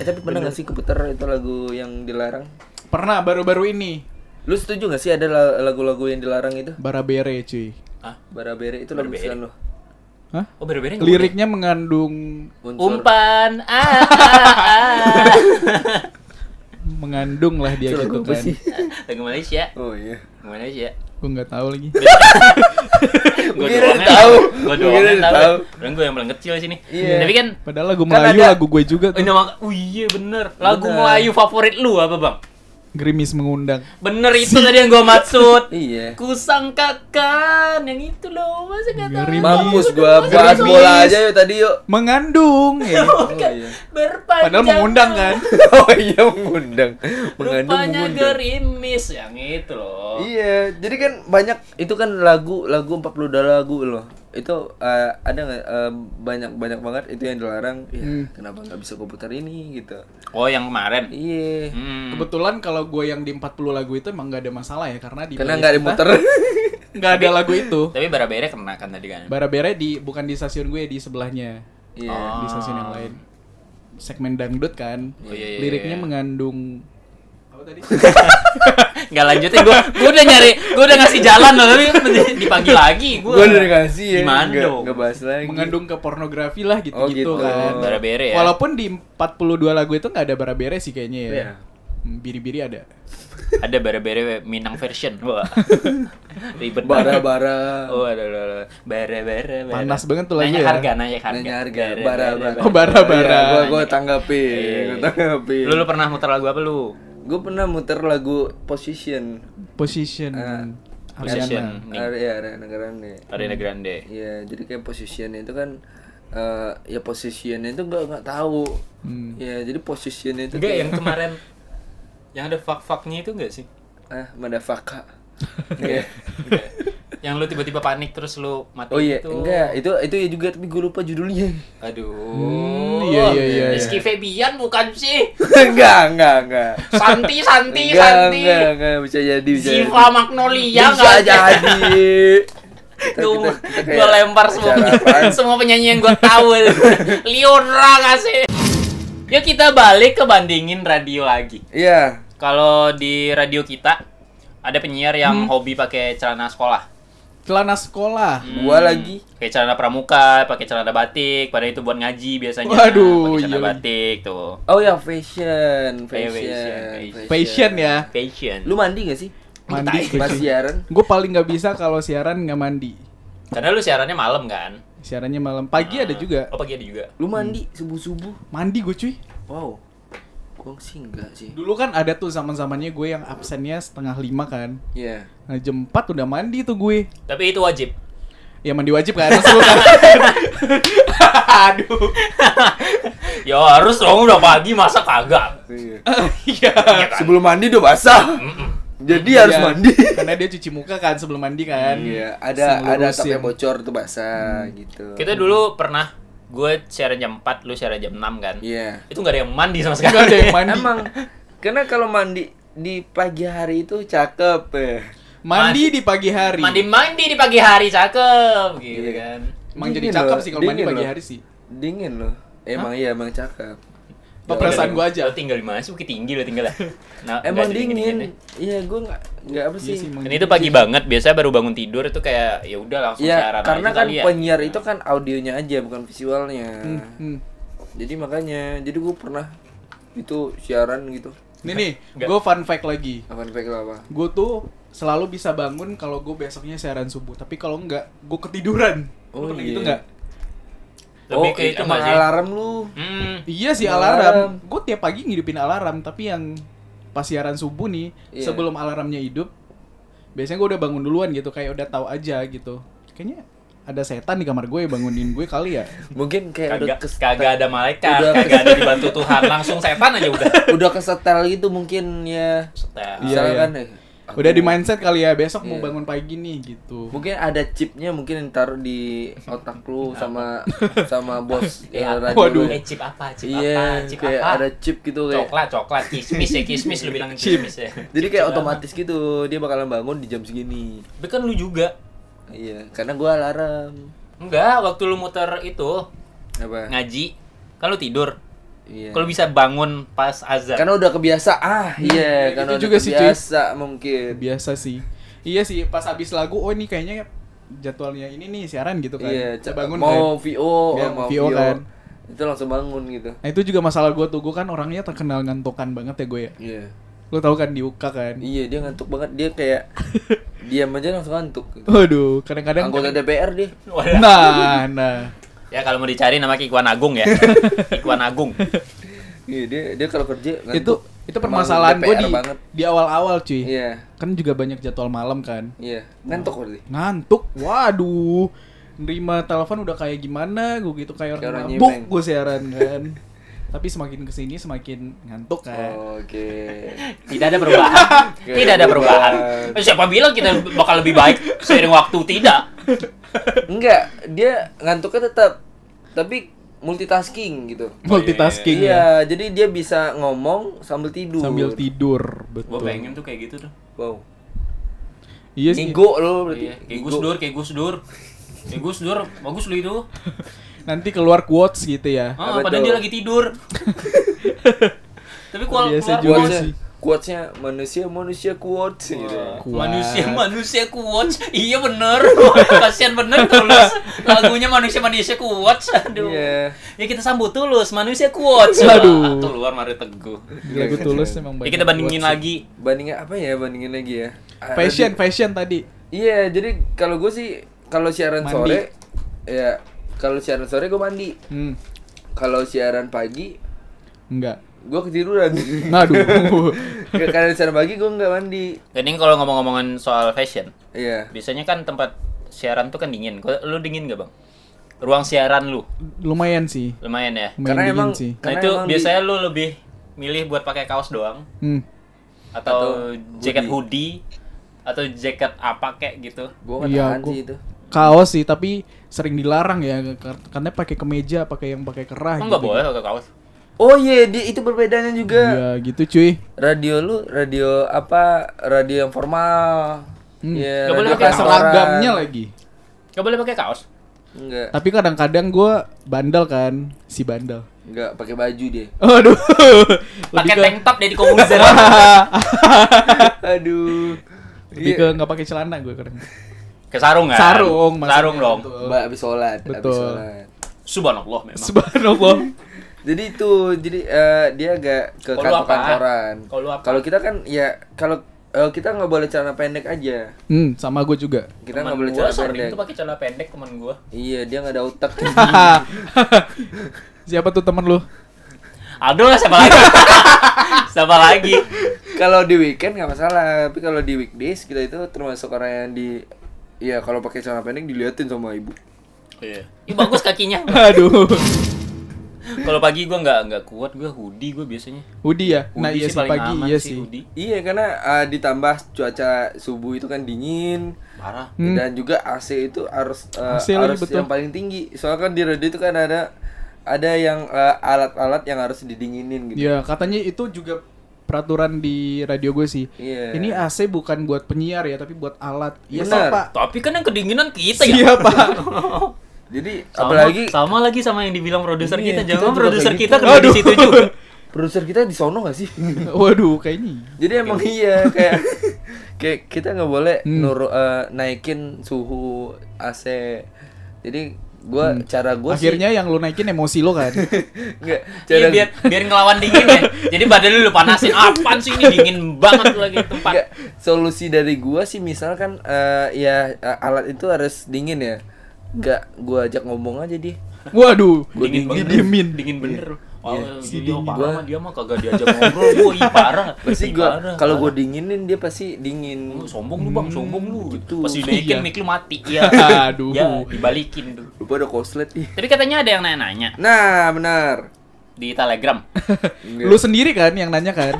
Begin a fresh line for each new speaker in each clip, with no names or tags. Eh tapi pernah nggak sih keputar itu lagu yang dilarang?
Pernah baru-baru ini
Lu setuju nggak sih ada la- lagu-lagu yang dilarang itu?
Barabere cuy.
Ah,
Nah. Barabere itu lagu
Barabere.
kesukaan lo.
Hah?
oh berbeda
Liriknya mengandung
Unsur.
Umpan ah, ah, ah.
mengandung lah dia
Itu
gitu
lagu apa
kan.
sih?
Lagu Malaysia.
Oh iya.
Lagu Malaysia.
Gue nggak tahu lagi.
Kan Gue
Kira
doang
tahu.
Gue
Gua kira
doang
tahu.
tahu. Orang gue yang paling kecil sini.
Iya.
Tapi kan
Padahal lagu
Kan
Melayu
ada-
lagu gue juga
ini
tuh.
maka, oh iya bener. Lagu
Bener.
Melayu favorit lu apa, Bang?
Gerimis mengundang.
Bener itu tadi yang gue maksud.
Iya.
Kusangkakan yang itu loh, masa nggak tahu?
Ngeri
Mampus gua
Masa
bahas
nggak tahu?
bola aja yuk tadi yuk.
Mengandung ya.
Oh,
Oh,
iya.
Berpanjang.
Padahal mengundang kan.
Oh iya mengundang. Mengandung
Rupanya
mengundang.
gerimis yang itu loh.
Iya, jadi kan banyak itu kan lagu lagu 42 lagu loh. Itu eh, ada nggak eh, banyak banyak banget itu yang dilarang. Ya, Kenapa nggak bisa komputer ini gitu?
Oh yang kemarin.
Iya,
Hmm.
Kebetulan kalau gue yang di 40 lagu itu emang gak ada masalah ya karena di
karena
playlist
nggak
kita
dimuter.
nggak ada lagu itu.
Tapi barabere kena kan tadi kan.
Barabere di bukan di stasiun gue di sebelahnya.
Iya.
Di stasiun yang lain. Segmen dangdut kan.
Oh, iya, iya,
Liriknya
iya.
mengandung apa tadi?
Gak lanjutin gue, gue udah nyari, gue udah ngasih jalan loh tapi dipanggil lagi gue.
Gua udah dikasih ya.
Gimana
nggak-
dong?
nggak bahas lagi.
mengandung ke pornografi lah
Oh,
gitu-gitu
gitu.
kan.
Barabere ya.
Walaupun di 42 lagu itu nggak ada barabere sih kayaknya ya.
Iya.
Hmm, Biri-biri ada.
Ada barabere Minang version. Wah. Ribet banget.
bara-bara.
Oh, ada ada ada. Bare bare bare.
Panas banget tuh lagu
nanya
ya.
harga, nanya iya, harga.
Nanya harga,
Bare,
bara-bara.
Oh, bara-bara.
Iya, Gua gua tanggapin,
Iya, iya.
gua tanggapin.
Lu lu pernah muter lagu apa lu?
Gua pernah muter lagu Position.
Position.
Eh,
Ariana.
Position. Nih.
Area area negara nih.
Ariana Grande.
Iya, jadi kayak positionnya itu kan eh ya positionnya itu nggak nggak tahu.
Hmm.
Ya, jadi positionnya itu
Enggak
kayak-
yang kemarin yang ada fak-faknya itu enggak sih?
ah madafaka. Iya.
Enggak. yang lu tiba-tiba panik terus lu mati
Oh iya,
itu.
enggak, itu itu ya juga tapi gue lupa judulnya.
Aduh.
Hmm,
iya, iya, iya, iya.
Rizky Febian bukan sih?
enggak, enggak, enggak.
Santi Santi
Enggak,
Santi.
enggak, Iya. enggak, bisa jadi, bisa
Ziva
jadi.
Magnolia
Bisa
enggak sih?
jadi. Kita-
Gue
iya. kita- kita
gue
kayak
lempar semua
acara
penyanyi,
apaan?
semua penyanyi yang gue tahu. Liora nggak sih? Yuk kita balik ke bandingin radio lagi.
Iya.
Kalau di radio kita ada penyiar
Hmm.
yang hobi pakai celana sekolah.
Celana sekolah.
Hmm.
Gua lagi
Pakai celana pramuka, pakai celana batik, padahal itu buat ngaji biasanya.
Waduh,
pakai celana
iya lagi.
batik tuh.
Oh ya fashion,
Kayak
fashion,
Eh, fashion, fashion.
Fashion ya.
Fashion.
Lu mandi gak sih?
Mandi.
Pas ya. siaran?
Gue paling nggak bisa kalau siaran nggak mandi.
Karena lu siarannya malam kan?
Siarannya malam. Pagi ada juga.
Oh, pagi ada juga.
Lu
Hmm.
mandi subuh-subuh?
Mandi gue cuy.
Wow. Gua sih enggak sih.
Dulu kan ada tuh zaman-zamannya gue yang absennya setengah lima kan.
Iya.
Nah, jam 4 udah mandi tuh gue.
Tapi itu wajib.
Ya mandi wajib kan. Maksud lu
Iya,
kan? Aduh.
ya harus dong udah pagi masa kagak.
Iya.
Sebelum mandi udah basah. Jadi harus
Iya,
mandi.
Karena dia cuci muka kan sebelum mandi kan.
Iya, ada
Sebelum Hmm.
ada
lurusin.
tapnya bocor tuh basah gitu.
Kita dulu pernah gue siaran jam 4, lu siaran jam 6 kan?
Iya.
Itu gak ada yang mandi sama sekali.
Nggak ada yang mandi.
Emang karena kalau mandi di pagi hari itu cakep ya.
mandi di pagi hari.
Mandi-mandi di pagi hari cakep gitu
Iya.
kan.
Emang jadi
Dingin
cakep
loh,
sih kalau mandi
dingin
pagi
loh.
hari sih.
Dingin loh. Emang iya emang cakep.
Apa perasaan gue aja?
Lu tinggal di mana sih? Bukit Tinggi lu tinggal. Nah,
Emang
nggak
dingin.
ada dingin-dinginnya.
Iya, gua nggak nggak apa
Iya
sih.
sih, emang
Dan itu pagi banget, biasanya baru bangun tidur itu kayak ya udah langsung
Iya,
siaran
karena
aja
kan
kali ya.
penyiar itu kan audionya aja bukan visualnya.
Hmm.
Jadi makanya, jadi gue pernah itu siaran gitu.
Nih nih, gue fun fact lagi.
Apaan fake lo apa?
Gue tuh selalu bisa bangun kalau gue besoknya siaran subuh. Tapi kalau enggak, gue ketiduran.
Oh,
Lu pernah
iya.
gitu enggak?
Lebih
oh,
ke itu
emang
nggak sih?
alarm lu.
Hmm.
Iya sih
Alarm.
alarm. Gue tiap pagi ngidupin alarm, tapi yang pas siaran subuh nih,
Iya.
sebelum alarmnya hidup, biasanya gue udah bangun duluan gitu, kayak udah tahu aja gitu. Kayaknya ada setan di kamar gue bangunin gue kali ya.
Mungkin kayak udah
Kagak,
kes-
kagak ada malaikat,
Udah
kagak ada dibantu Tuhan, langsung setan aja udah.
udah kesetel gitu mungkin ya.
Iya,
Setel.
Misalnya
iya.
kan eh, aku-
Udah di mindset kali ya, besok mau
Iya.
bangun pagi nih gitu.
Mungkin ada chipnya mungkin yang taruh di otak lu sama sama bos
Eh,
ya,
apa?
radio lu.
Waduh.
Eh, chip apa? Chip
Iya,
apa? Chip
kayak
apa?
ada chip gitu kayak.
Coklat, coklat, kismis ya, kismis lu bilang kismis ya.
Jadi kayak otomatis gitu, dia bakalan bangun di jam segini.
Tapi kan lu juga.
Iya, karena gua alarm.
Enggak, waktu lu muter itu
Apa?
ngaji, kan lu tidur.
Iya.
Kalau bisa bangun pas azan.
Karena udah kebiasa. Ah, iya,
Hmm, Itu
karena udah
juga sih, cuy.
kebiasa mungkin.
biasa sih iya sih pas habis lagu oh ini kayaknya jadwalnya ini nih siaran gitu kan
Iya,
Saya
ca-
bangun
mau
kan.
VO,
Iya,
oh, mau
VO
VO,
kan.
Itu langsung bangun gitu.
nah itu juga masalah gue tuh gue kan orangnya terkenal ngantukan banget ya gue ya
Iya.
lo tau kan di UK kan
Iya, dia ngantuk banget. Dia kayak diam aja langsung ngantuk. Gitu.
Waduh, kadang-kadang
Anggota DPR dia.
Wadah.
nah nah
Ya kalau mau dicari nama Kikuan Agung ya. Kikuan Agung.
Iya, dia dia kalau kerja
itu
ngantuk.
itu
Emang
permasalahan gue
DPR
di
banget.
di awal-awal cuy
Iya.
kan juga banyak jadwal malam kan
Iya, ngantuk berarti.
ngantuk waduh nerima telepon udah kayak gimana gue gitu kayak
Kayak orang
orang mabuk
nyimeng.
gue siaran kan tapi semakin kesini semakin
Oh.
ngantuk kan
Oke.
Tidak ada perubahan. Tidak ada perubahan.
perubahan.
Siapa bilang kita bakal lebih baik seiring waktu? Tidak.
Enggak, dia ngantuknya tetap tapi multitasking gitu.
Oh, iya,
multitasking ya
Iya, jadi dia bisa ngomong sambil tidur.
sambil tidur
Gue
betul
Iya. pengen tuh kayak gitu tuh.
Wow.
iya sih
Ngigo lo berarti.
Iya, kayak Gus
Ngigo.
Dur, kayak Gus Dur. Kayak Gus Dur, bagus lu itu.
nanti keluar quotes gitu ya
Ah,
Apa
padahal
tuh?
dia lagi tidur. Tapi kalau
Biasa juga
keluar keluar-
Quotes-nya-
Iya sih.
quotes-nya manusia manusia quotes gitu.
Kuat.
Manusia manusia kuat. Iya bener. Kasihan bener tulus. Lagunya manusia manusia kuat. Aduh.
Iya.
Ya kita sambut tulus manusia kuat.
Aduh.
Wah, Keluar mari teguh.
Di lagu tulus emang
Ya
banyak
kita bandingin
quotes
lagi.
Bandingin apa ya? Bandingin lagi ya.
sih.
Ah,
fashion fashion tadi
tadi- Iya, jadi kalau gue sih kalau siaran
Mandi.
sore ya kalau siaran sore gue mandi.
hmm
Kalau siaran pagi
enggak
gue ketiduran.
aduh
Karena siaran pagi gue nggak mandi.
Dan ini kalau ngomong-ngomongin soal fashion,
Iya.
biasanya kan tempat siaran tuh kan dingin. Kau- Lu dingin gak bang? Ruang siaran lu
lumayan sih
lumayan ya.
lumayan
Karena
dingin
emang
sih
Nah
Karena
itu
emang di-
biasanya lu lebih milih buat pakai kaos doang
hmm.
atau,
Atau
jaket hoodie. atau jaket apa kayak gitu.
Gue nggak
Iya,
tahan
gua-
sih itu.
kaos sih tapi sering dilarang ya kar- karena pakai kemeja pakai yang pakai kerah
Emang nggak boleh pakai kaos.
Oh iya, dia itu perbedaannya juga.
ya gitu cuy
radio lu radio apa radio yang formal
Hmm.
Iya,
Gak boleh
radio
pakai
kantoran.
seragamnya lagi
Gak boleh pakai kaos.
enggak
tapi kadang-kadang gue bandel kan si bandel
enggak pakai baju dia
aduh
Pakai
ke-
tank top dari komunizer.
aduh
lebih
Iya.
ke nggak pakai celana gue kadang
Ke sarung kan?
Sarung, maksudnya
Sarung dong.
tuh.
mbak habis sholat habis
Betul.
sholat
Subhanallah memang.
subhanallah
jadi itu jadi eh, dia agak ke kantor
Kalau lu apa?
kantoran
Kalau lu apa?
kalau kita kan ya kalau eh, kita nggak boleh celana pendek aja
hmm sama gue juga
kita
Temen
nggak boleh
gua
celana
sering
pendek
tuh pakai celana pendek teman gua.
iya dia nggak ada otak
Ah. siapa tuh temen lu
Aduh, siapa lagi? siapa lagi?
kalau di weekend nggak masalah tapi kalau di weekdays kita itu termasuk orang yang di Iya, kalau pakai celana pendek diliatin sama ibu.
Iya. Ih, bagus kakinya.
aduh
Kalau pagi gua nggak nggak kuat, gua hoodie gua biasanya.
Hoodie ya nah
Hoodie
iya sih
paling
pagi
aman
iya sih
hoodie.
Iya karena uh, ditambah cuaca subuh itu kan dingin
Parah.
Hmm.
dan juga AC itu harus uh,
AC lagi,
harus
betul.
yang paling tinggi. Soalnya kan di radio itu kan ada ada yang uh, alat-alat yang harus didinginin gitu.
ya katanya itu juga peraturan di radio gue sih
Iya.
ini AC bukan buat penyiar ya tapi buat alat iya
Benar.
pak
Tapi kan yang kedinginan kita ya.
Iya pak
Jadi
Sama,
apalagi
sama lagi sama yang dibilang produser
Iya,
kita.
kita
Jangan
juga
produser
kayak
kita
gitu.
kerja di
Aduh.
situ juga.
produser kita di sono gak sih?
Waduh kayaknya
Jadi emang iya kayak kayak kita nggak boleh
Hmm.
nuru- uh, naikin suhu AC. Jadi gua cara gua sih-
Hmm. Akhirnya yang lu naikin emosi lo kan
nggak
Iya,
cara
biar biar ngelawan dingin ya. Jadi badan lu lu panasin. Apaan sih ini dingin banget lagi tempat.
Nggak, solusi dari gua sih misalkan eh, ya eh, alat itu harus dingin ya. Enggak, gua ajak ngomong aja dia.
Waduh
dingin banget.
didiemin.
Dingin bener. Oh,
si
iya,
dingin.
parah mah dia mah kagak diajak ngobrol. Gua ih parah.
Pasti
Ih,
gua
parah, Oh,
kalau gua
parah.
dinginin dia pasti dingin.
Lu sombong lu bang, sombong lu
gitu.
gitu. Pas
Iya.
dinaikin mic lu mati. Iya.
Aduh.
Ya, dibalikin tuh.
Lu pada koslet ih.
Tapi katanya ada yang nanya-nanya
Nah, benar.
di Telegram.
Nggak.
Lu sendiri kan yang nanya kan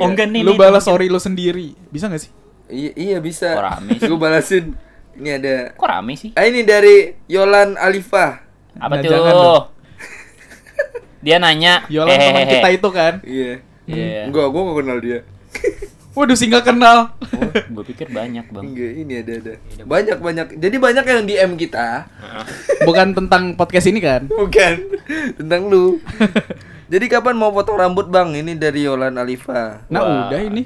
Oh enggak nih.
Lu
nih,
balas sorry lu sendiri Bisa gak sih?
Iya, iya bisa.
Kok rame sih?
Gua balasin. Ini ada.
Kok rame sih?
Ah ini dari Yolan Alifah.
Apa
Nah,
tuh?
jangan dong.
Dia nanya,
Yolan teman
Eh, "Hehehe."
kita itu kan
Iya.
Iya.
Enggak, gua gak kenal dia.
Waduh, sih nggak kenal.
Oh, gue pikir banyak bang. Iya,
Enggak, ini ada ada. Banyak banyak. Jadi banyak yang DM kita.
Bukan tentang podcast ini kan?
Bukan tentang lu. Jadi kapan mau potong rambut bang? Ini dari Yolan Alifa.
Nah,
Wah.
udah ini.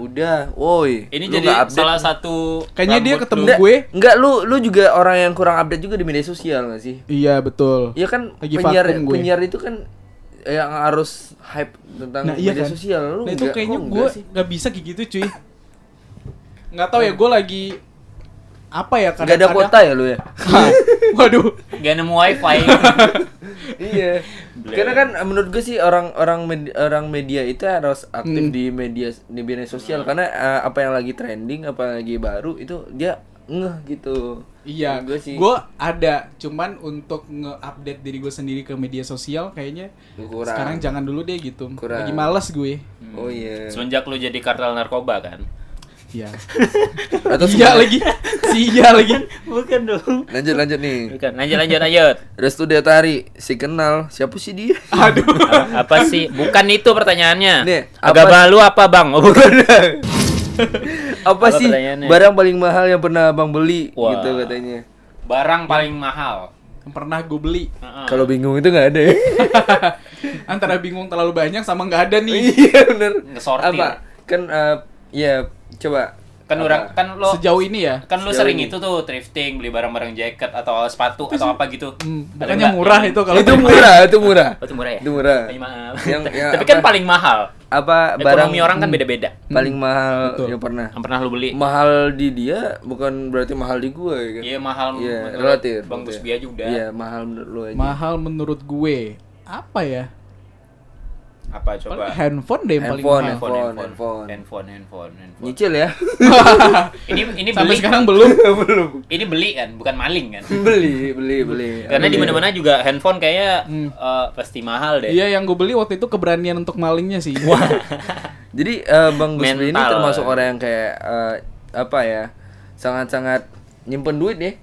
Udah, woi.
Ini
Lu
jadi
nggak update?
salah satu.
Kayaknya dia
rambut
ketemu
lu.
Enggak,
gue.
enggak lu lu juga orang yang kurang update juga di media sosial gak sih?
Iya, betul.
Iya kan
Lagi
penyiar
vakum gue.
penyiar itu kan yang harus hype tentang
Nah, iya
media
kan?
sosial lu.
nah, itu
enggak,
kayaknya
kok
gue
enggak sih?
nggak bisa kayak gitu, cuy. Nggak tahu ya, gue lagi apa ya
Enggak ada kuota ya lu ya?
Hah, Waduh.
Gak nemu wifi.
iya. Karena kan menurut gue sih orang-orang med- orang media itu harus aktif
Hmm.
di media di media sosial karena eh, apa yang lagi trending, apa yang lagi baru itu dia ngeh gitu.
Iya,
Menurut
gue
Gue sih
ada, cuman untuk nge-update diri gue sendiri ke media sosial kayaknya
Kurang.
sekarang jangan dulu deh gitu.
Kurang.
Lagi males gue.
Oh iya.
Semenjak lu jadi kartel narkoba kan?
Iya.
Atau
iya
sebenarnya-
lagi. Si iya lagi.
Bukan dong.
Lanjut lanjut nih.
Bukan. Lanjut lanjut lanjut.
Restu Detari, si kenal, siapa sih dia?
Aduh.
A- apa sih? Bukan itu pertanyaannya.
Nih,
Agama lu apa bang? Oh, bukan.
Apa
Apa
sih
pertanyaannya?
barang paling mahal yang pernah abang beli
Wah.
gitu katanya?
Barang paling mahal.
Yang pernah gue beli.
Heeh.
Kalau bingung itu nggak ada ya?
Antara bingung terlalu banyak sama nggak ada nih.
iya bener.
Ngesortir.
Apa? Kan eh, ya coba. Apa?
Kan orang kan
Iya.
lo
Sejauh ini ya.
kan lu
Sejauh
sering
ini.
itu tuh thrifting beli barang-barang jaket atau sepatu atau apa gitu.
Hmm,
Ada
bukannya
nggak?
murah itu kalau
itu murah, itu murah.
Oh, itu murah ya?
Itu murah.
Paling mahal.
Yang-
ya,
yang
Tapi kan
apa?
paling mahal.
Apa barang
Ekonomi orang kan beda-beda.
paling mahal
Betul.
yang pernah?
Yang pernah lu beli.
Mahal di dia bukan berarti mahal di gua ya kan?
Iya mahal
Iya,
menurut
relatif.
Bang
relatif.
Busby aja udah.
Iya, mahal menurut lu aja.
Mahal menurut gue. Apa ya? Paling
Apa coba?
handphone deh yang paling
Handphone,
mahal.
handphone, handphone.
handphone, handphone, handphone.
Nyicil ya?
Ini ini
Sampai
beli.
sekarang belum.
Belum.
Ini beli kan, bukan maling kan.
Hmm. beli, beli, beli.
Karena di mana-mana juga handphone kayaknya
Hmm.
eh, pasti mahal deh.
Iya, yang gue beli waktu itu keberanian untuk malingnya sih.
Jadi eh, Bang Gusmi ini
Mental.
termasuk orang yang kayak eh, apa ya? Sangat-sangat nyimpen duit ya.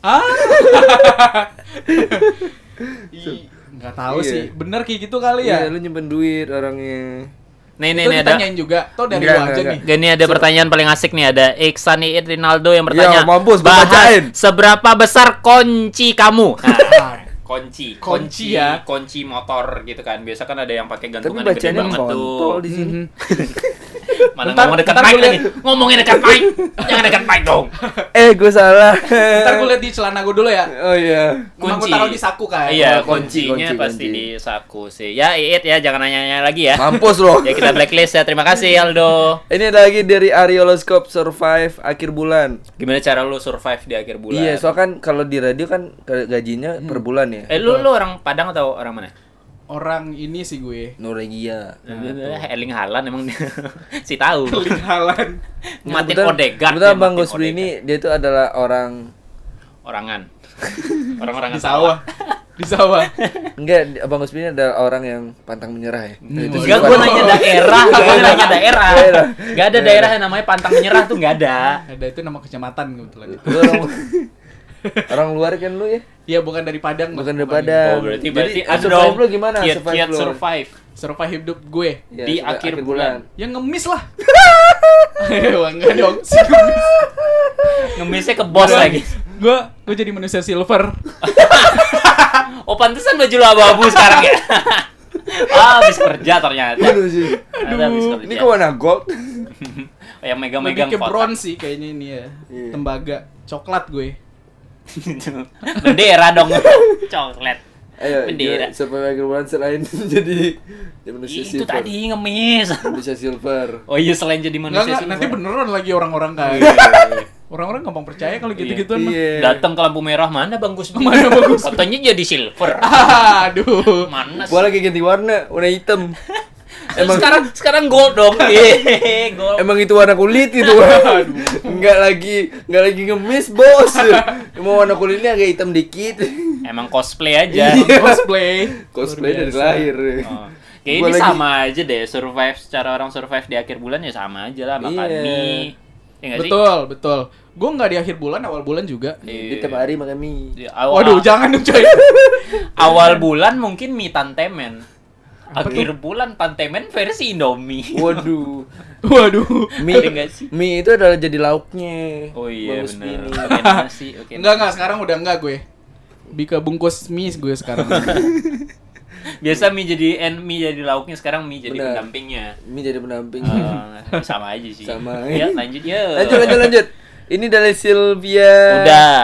Ah. Ih, nggak tahu
Iya.
sih. Bener kayak gitu kali
Iya,
ya.
lu nyimpen duit orangnya.
Nih nih
itu
nih ada.
ditanyain juga. Toh dari
Enggak,
lu aja
enggak,
nih.
Gini ada pertanyaan paling asik nih ada Iksan Iit Rinaldo yang
Ya,
bertanya.
mampus, gua bacain.
bahas seberapa besar kunci kamu? Nah,
Ah, Kunci
kunci, kunci
ya.
ya, kunci motor gitu kan. Biasa kan ada yang pakai
Tapi
gantungan gede
bacanya
banget
kontol
tuh.
di sini.
mhm.
Mana
Ntar-
ngomong dekat
ntar
mic
gua liat-
lagi. Ngomongin dekat mic. Jangan dekat mic dong.
Eh, gue salah.
Ntar gue liat di celana gue dulu ya.
oh iya.
Emang gue taruh di saku kan.
Iya,
Oh, kunci,
kuncinya
kunci,
pasti
kunci.
di saku sih. Ya, Iit ya, jangan nanya-nanya lagi ya.
Mampus loh.
ya kita blacklist ya. Terima kasih Aldo.
Ini ada lagi dari Arioloscope Survive akhir bulan.
Gimana cara lu survive di akhir bulan?
Iya, soalnya kan kalau di radio kan ke- gajinya per bulan ya.
Eh, lu lu orang Padang atau orang mana?
Orang ini sih gue.
Norwegia.
Erling Haaland emang dia- si tahu.
Linghalan.
Martin
Kebetulan-
Odegaard.
kebetulan
dia,
Bang
Martin
Gusmi ini
Odegaard.
dia itu adalah orang
orangan. Orang-orang
Di sawah. Di sawah.
Enggak, di- Abang Usmi ini adalah orang yang pantang menyerah ya. Nah, itu
Hmm. Enggak,
sifat.
gua nanya daerah, gua
Daerah.
nanya daerah.
Daerah.
Gak ada daerah yang namanya pantang menyerah tuh gak ada.
Ada itu nama kecamatan kebetulan itu.
Lu orang, orang luar kan lu ya?
Iya bukan dari Padang.
Bukan
maksud
daripada
gue.
Oh, berarti
Jadi,
berarti
survive
Andong,
lu gimana?
Kiat,
Survive
kiat
lu.
survive.
Survive hidup gue.
Ya,
Di
sampai
akhir bulan.
Yang ngemis lah. Ayo, enggak dong. Si ngemis.
Ngemisnya ke bos lagi.
Gue gue jadi manusia silver.
Oh pantesan baju lu abu-abu sekarang ya. ah, habis kerja ternyata.
Aduh Iya, sih.
Ternyata habis ya? kerja.
Ini ke warna gold.
Oh, yang
Lebih
megang-megang
ke
kotak.
bronze sih kayaknya ini ya.
Iya.
Tembaga, coklat gue.
Bendera dong. Coklat.
Ayo, gimana?
Bendera.
survive akhir bulan selain jadi jadi manusia
Ih, Itu
silver.
tadi ngemis.
Manusia silver.
Oh iya selain jadi
Enggak
manusia
enggak,
silver.
nanti beneran lagi orang-orang kayak. Orang-orang gampang percaya kalau gitu-gituan mah.
Iya.
Datang ke lampu merah mana Bang Gus?
Mana Bang Gus? Ah.
Katanya jadi silver.
Aduh.
Mana sih?
Gua lagi ganti warna, warna hitam.
Terus Eh, sekarang sekarang gold dong. Yeay, gold.
Emang itu warna kulit itu. Enggak lagi, enggak lagi ngemis, Bos. Emang warna kulitnya agak hitam dikit.
Emang cosplay aja.
Iya. Cosplay.
Cosplay
Luar
dari
biasa.
lahir.
Oh. Kayak
Gua
ini
lagi-
sama aja deh survive secara orang survive di akhir bulan ya sama aja lah makan
Iya.
mie. Ya nggak sih?
Betul, betul. Gue nggak di akhir bulan, awal bulan juga.
Dia tiap hari makan mie.
Iya. Di Awal,
Waduh, jangan dong coy.
awal bulan mungkin mie tantemen. Akhir bulan Pantemen versi Indomie.
Waduh.
Waduh.
Mie,
Ada nggak sih?
mie itu adalah jadi lauknya.
Oh iya
Bagus
benar.
gini.
Oke nasi, oke.
Enggak enggak sekarang udah enggak gue. Bika bungkus mie gue sekarang.
Biasa mie jadi and mie jadi lauknya sekarang mie jadi
Benar.
pendampingnya.
Mie jadi pendamping.
Eh, sama aja sih.
Sama.
Ya lanjut ya.
lanjut lanjut lanjut. Ini dari Sylvia.
Udah.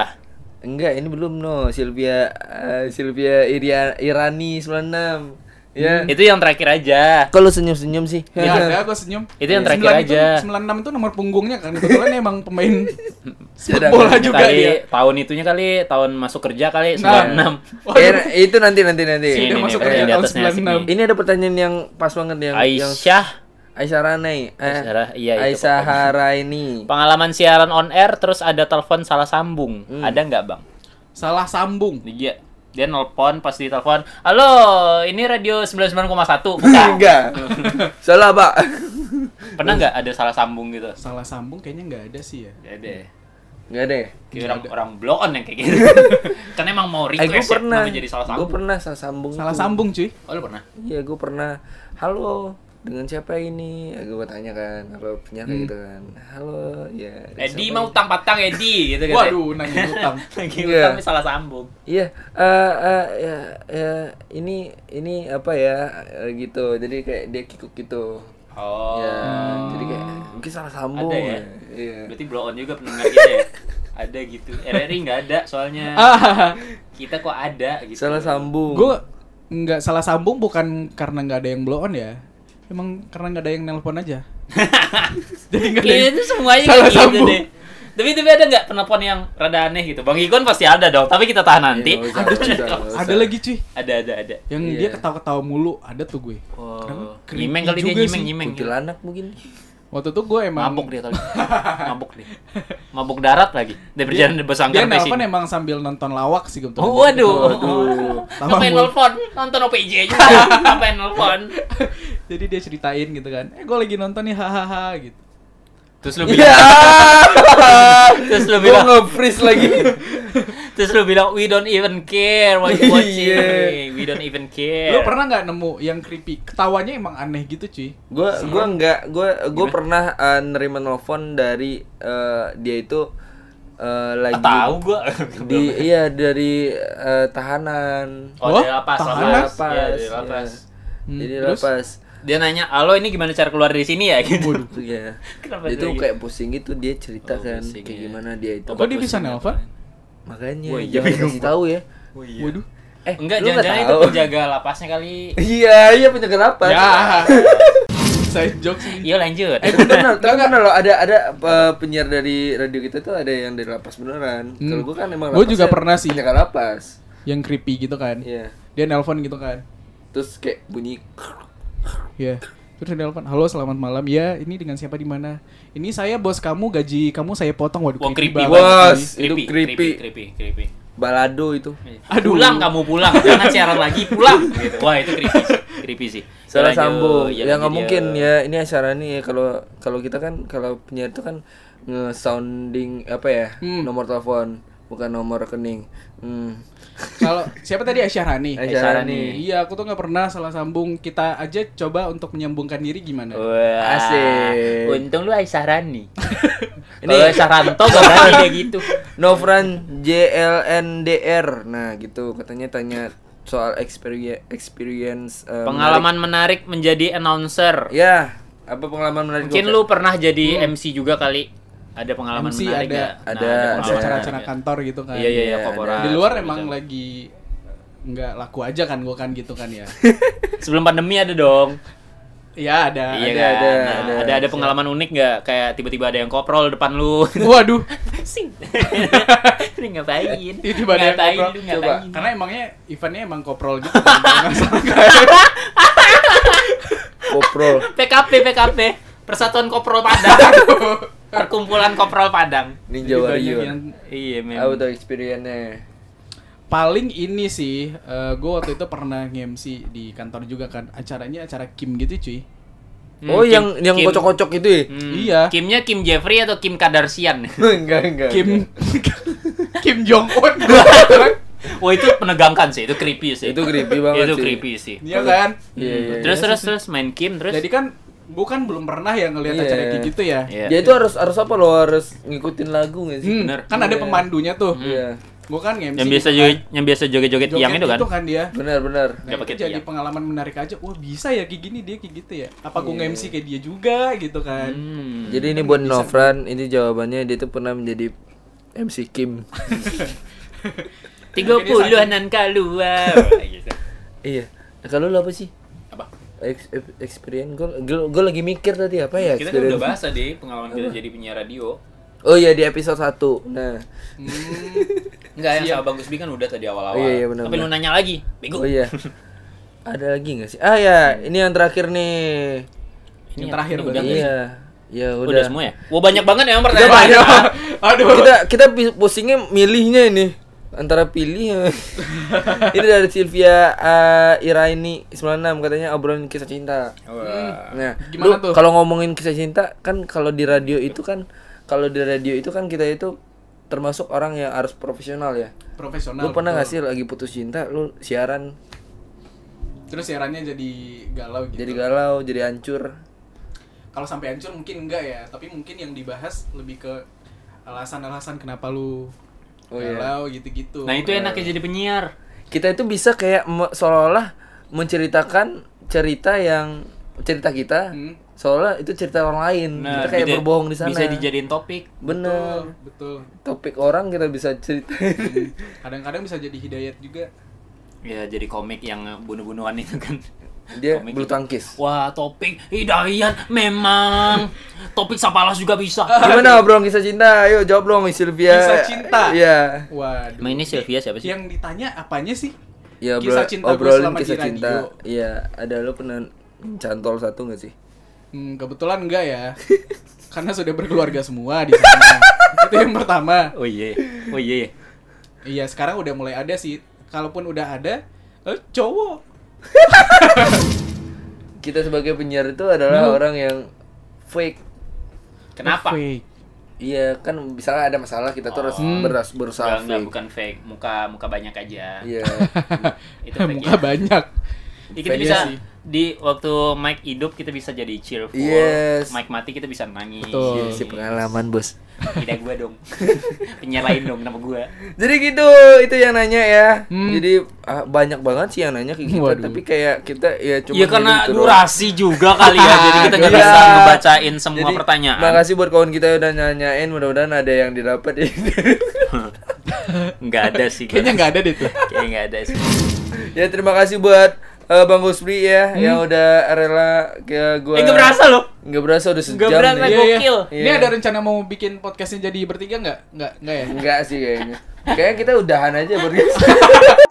Enggak, ini belum no. Sylvia eh, Sylvia Iria, Irani 96. Ya.
Hmm.
Iya.
Itu yang terakhir aja.
Kok lu senyum-senyum sih?
Iya.
ya ada gue senyum.
Itu
Iya,
yang
9
terakhir aja.
Itu, 96 itu nomor punggungnya kan. Kebetulan emang pemain
Sedang
sepak bola
ada
juga
kali
dia.
tahun itunya kali tahun masuk kerja kali
Nah.
96.
Waduh.
Eh, itu nanti nanti nanti.
Sini,
Dia
nih,
masuk
eh,
kerja
di
tahun
atasnya asik nih.
96.
Ini ada pertanyaan yang pas banget yang yang
Aisyah
Aisyah Ranai. Eh,
Aisyah, iya, itu
Aisyah
pokoknya.
Haraini.
pengalaman siaran on air terus ada telepon salah sambung.
Hmm.
Ada nggak, Bang?
Salah sambung.
Dia dia nelpon pas di telepon, "Halo, ini radio 99,1." Bukan.
Enggak. Salah, Pak.
Pernah nggak ada salah sambung gitu?
Salah sambung kayaknya enggak ada sih ya.
Ya deh.
Enggak deh.
Kayak orang orang blow on yang kayak gitu. kan emang mau
Eh, gue
request ya,
pernah.
nama jadi salah
Gue
sambung.
pernah salah sambung.
Salah
tuh.
sambung cuy.
Oh, lu pernah?
Iya, gue pernah. Halo, dengan siapa ini? Gue tanya kan, halo penyiar kayak gitu kan. Halo, ya. dengan
Edi
siapa
Hmm. mau
ini?
utang patang Edi gitu kan.
Waduh, nanya utang.
Lagi
Iya.
utang salah sambung.
Iya, eh, eh, ya, ya, ini ini apa ya eh, gitu. Jadi kayak dia kikuk gitu.
Oh.
Ya, jadi kayak mungkin salah sambung.
Ada ya?
Iya.
Berarti blow on juga pendengar kita ya. ada gitu. RRI nggak ada soalnya.
Ah,
Kita kok ada gitu.
Salah sambung.
gue nggak salah sambung bukan karena nggak ada yang blow on ya emang karena nggak ada yang nelpon aja jadi nggak ada
Kayaknya
yang-
itu semuanya
Salah
kayak gitu
sambung.
deh. Tapi tapi ada nggak penelpon yang rada aneh gitu? Bang Igon pasti ada dong. Tapi kita tahan nanti.
Iya, nggak usah,
ada cuy
nggak usah, nggak
ada
usah.
lagi cuy
Ada ada ada.
yang
Iya.
dia ketawa-ketawa mulu ada tuh gue Kenapa?
Oh,
Creepy
nyimeng kali dia
juga
nyimeng
sih.
nyimeng.
Kuntilanak mungkin.
waktu itu gue emang
Mabuk dia kali. Mabuk dia. Mabuk darat lagi. Dia berjalan di
dia
Besangkar ke
nelpon
sini.
emang sambil nonton lawak sih gitu
Oh, waduh.
Lama
Ngapain
mulu.
nelfon? Nonton OPJ aja. Ngapain nelfon?
jadi dia ceritain gitu kan eh gue lagi nonton nih hahaha gitu
Terus lu
Iya.
bilang, terus lu
Gue
bilang,
nge-freeze lagi.
terus lu bilang we don't even care what you
Iya.
watching. We don't even care.
lo pernah nggak nemu yang creepy ketawanya emang aneh gitu cuy
Gue gue enggak gue gue pernah eh, nerima telepon dari eh, dia itu eh, lagi
Ah, tahu gua.
di iya dari eh, tahanan.
Oh,
Oh,
Iya, dia lapas,
tahanan.
lapas. Iya, dia
Iya.
lapas.
Hmm,
Jadi
terus?
lapas.
Dia nanya, "Halo, ini gimana cara keluar dari sini ya?" gitu.
waduh
Iya.
Kenapa
Dia
dia
tuh
gitu?
kayak pusing gitu dia cerita
Oh,
kan
pusing,
kayak
ya.
gimana dia itu.
kok dia bisa nelpon
Eh,
Makanya
Wah, iya,
jangan
bingung
kasih tahu ya.
Iya.
waduh
Eh,
Enggak,
lu nggak
jangan-jangan itu
tahu.
penjaga lapasnya kali.
Iya, iya penjaga lapas.
ya saya jokes ini.
Iya, lanjut.
Eh, beneran, tapi beneran loh ada ada eh, penyiar dari radio kita tuh ada yang dari lapas beneran.
Hmm.
Kalau gua kan emang
Gua juga
lapasnya
pernah sih.
penjaga lapas.
yang creepy gitu kan
Iya.
dia nelpon gitu kan
Terus kayak bunyi
ya terus dia nelpon halo selamat malam ya ini dengan siapa di mana ini saya bos kamu gaji kamu saya potong waduh
Wah, creepy
banget
banget. Wah,
sih.
itu
creepy,
creepy.
creepy, creepy.
balado itu.
Aduh.
Pulang kamu pulang, karena siaran lagi pulang. Gitu. Wah itu creepy, sih. creepy sih.
Salah
Lanjut, Iya,
sambung. Ya nggak
lanjut,
mungkin ya. Ini acara nih ya, kalau kalau kita kan kalau penyiar itu kan nge-sounding apa ya?
Hmm.
Nomor telepon, bukan nomor rekening. Hmm.
kalau siapa tadi Asyahrani
Acara
Sarani.
nih.
iya aku tuh nggak pernah salah sambung kita aja coba untuk menyambungkan diri gimana
Oh,
Wah,
Asik.
Untung lu Aisyah Rani.
Ini-
Kalau Aisyah Ranto gak berani dia gitu.
Novran JLNDR. Nah, gitu katanya tanya soal experience experience eh, menarik.
Pengalaman menarik menjadi announcer.
Ya, apa pengalaman menarik
Mungkin
gua?
lu pernah jadi
Hmm.
MC juga kali. Ada pengalaman
MC
menarik
ada.
nggak? Nah,
Ada,
Pas
ada.
acara-acara
menarik nggak?
kantor gitu kan
Iya iya iya
Iya,
korporat.
di luar emang lagi nggak laku aja kan gua kan gitu kan ya
Sebelum pandemi ada dong.
ya ada
Iya
ada,
kan?
ada,
Nah,
ada.
ada ada pengalaman unik nggak? Kayak tiba-tiba ada yang koprol depan lu.
waduh
Sing. Ini ngapain?
Tiba-tiba ada yang
ngapain
ngobrol.
lu
Coba.
ngapain?
karena emangnya eventnya emang koprol gitu kan. Nggak sangka.
Koprol.
PKP PKP Persatuan Koprol Padang. Perkumpulan Koprol Padang.
Ninja
Jadi banyak
Warrior.
yang-
Iya
Apa
memang.
tuh experience-nya?
paling ini sih gue waktu itu pernah nge-MC di kantor juga kan acaranya acara Kim gitu cuy
Hmm,
oh,
Kim-
yang yang
Kim-
kocok-kocok itu ya?
Hmm,
Iya.
Kimnya Kim Jeffrey atau Kim Kadarsian?
enggak, enggak.
Kim
enggak.
Kim Jong Un
Wah itu menegangkan sih, itu creepy sih.
Itu creepy banget
Itu
sih.
creepy sih.
Iya kan?
Iya, iya.
Terus terus terus main game terus.
Jadi kan gua kan belum pernah ya ngelihat
Iya.
acara kayak gitu ya.
Iya.
Ya itu harus harus apa lo harus ngikutin lagu nggak sih?
Hmm,
Bener.
Kan ada pemandunya tuh.
Iya.
Gua kan nge-MC.
yang biasa
gitu
joget, yang biasa joget-joget
Joget gitu
tiang itu kan.
dia.
Benar benar.
Nah,
Nggak
itu
pakai
jadi
tiang.
pengalaman menarik aja. Wah, bisa ya kayak gini dia kayak gitu ya. Apa gua nge-MC kayak dia juga gitu kan.
Hmm.
Jadi ini buat Novran, ini jawabannya dia tuh pernah menjadi MC Kim.
Tiga puluh anan keluar. Gitu.
iya. Nah, kalau lo apa sih?
Apa?
Ex- ex- experience gue, gue lagi mikir tadi apa ya
Kita kan udah
experience
bahas tadi pengalaman kita jadi penyiar radio.
oh iya di episode 1 nah
Hmm.
Enggak, yang sama Bang Gusbi kan udah tadi awal-awal.
oh iya, iya benar
Tapi lu
benar.
nanya lagi, bego.
oh iya ada lagi nggak sih ah ya ini yang terakhir nih
Yang terakhir
ini
berarti.
nggak
iya ya
Udah,
udah,
semua ya? Wah banyak banget ya yang pertanyaan.
banyak.
Ah,
Aduh.
kita kita pi- postingnya milihnya ini antara pilih ini dari Sylvia eh, Iraini 96 katanya obrolan kisah cinta
Wah.
nah
Gimana
lu
tuh?
kalau ngomongin kisah cinta kan kalau di radio itu kan kalau di radio itu kan kita itu termasuk orang yang harus profesional ya
Profesional.
lu pernah nggak
betul.
sih lagi putus cinta lu siaran
Terus siarannya jadi galau gitu.
jadi galau jadi hancur
Kalau sampai hancur mungkin enggak ya, tapi mungkin yang dibahas lebih ke alasan-alasan kenapa lu
Oh, iya.
galau gitu-gitu.
Nah itu enaknya jadi penyiar.
kita itu bisa kayak me- seolah-olah menceritakan cerita yang cerita kita
Hmm. Nah,
seolah itu cerita orang lain Hmm, kita kayak
Nah, bisa-
berbohong di sana
Bisa dijadiin topik.
bener
betul.
topik orang kita bisa ceritain
Kadang-kadang bisa jadi hidayat juga.
Ya jadi komik yang bunuh-bunuhan itu kan.
dia
Komik
bulu
itu.
tangkis
Wah topik Hidayat memang. topik Sapalas juga bisa.
gimana obrolan kisah cinta ayo jawab dong Sylvia
Kisah cinta.
iya
Waduh.
Emang ini Sylvia siapa sih?
Yang ditanya apanya sih?
Iya,
Kisah
bro,
cinta gue
obrolin
selama di
kisah
radio.
cinta. Iya, ada lo pernah cantol satu gak sih?
Hmm, kebetulan enggak ya. Karena sudah berkeluarga semua di sana. Itu yang pertama.
Oh iya. Oh iya.
Iya, sekarang udah mulai ada sih. Kalaupun udah ada, eh, cowok.
Kita sebagai penyiar itu adalah orang yang fake.
Kenapa?
Fake.
Iya, kan misalnya ada masalah kita tuh harus
Hmm.
beras
Enggak,
berusaha
enggak,
fake.
bukan fake. Muka muka banyak aja.
Iya.
Itu fake.
Muka banyak.
Ya, kita
Fake
bisa
sih.
di waktu mic hidup kita bisa jadi cheerful.
Yes.
Mic mati kita bisa nangis. Iya,
Betul.
Jadi si pengalaman, Bos.
Tidak gua dong. Penyiar lain dong nama gua.
Jadi gitu, itu yang nanya ya.
Hmm.
Jadi ah, banyak banget sih yang nanya ke kita,
Waduh.
tapi kayak kita ya cuma
Iya karena
ngirim terus.
durasi juga kali ya. Jadi kita nggak
Iya.
bisa ngebacain semua
Jadi,
pertanyaan.
Makasih buat kawan kita yang udah nanyain, mudah-mudahan ada yang ya. didapat.
Nggak ada sih.
Kayaknya nggak ada deh tuh.
Kayaknya nggak ada sih.
ya terima kasih buat eh, Bang Gusri ya yang udah rela ke gua.
Hmm. Eh nggak berasa loh.
Nggak berasa udah sejam.
Nggak berasa,
nih.
gua- Gokil.
Ini
Iya.
ada rencana mau bikin podcastnya jadi bertiga nggak? Nggak, nggak ya?
Enggak sih kayaknya. Kayaknya kita udahan aja berarti.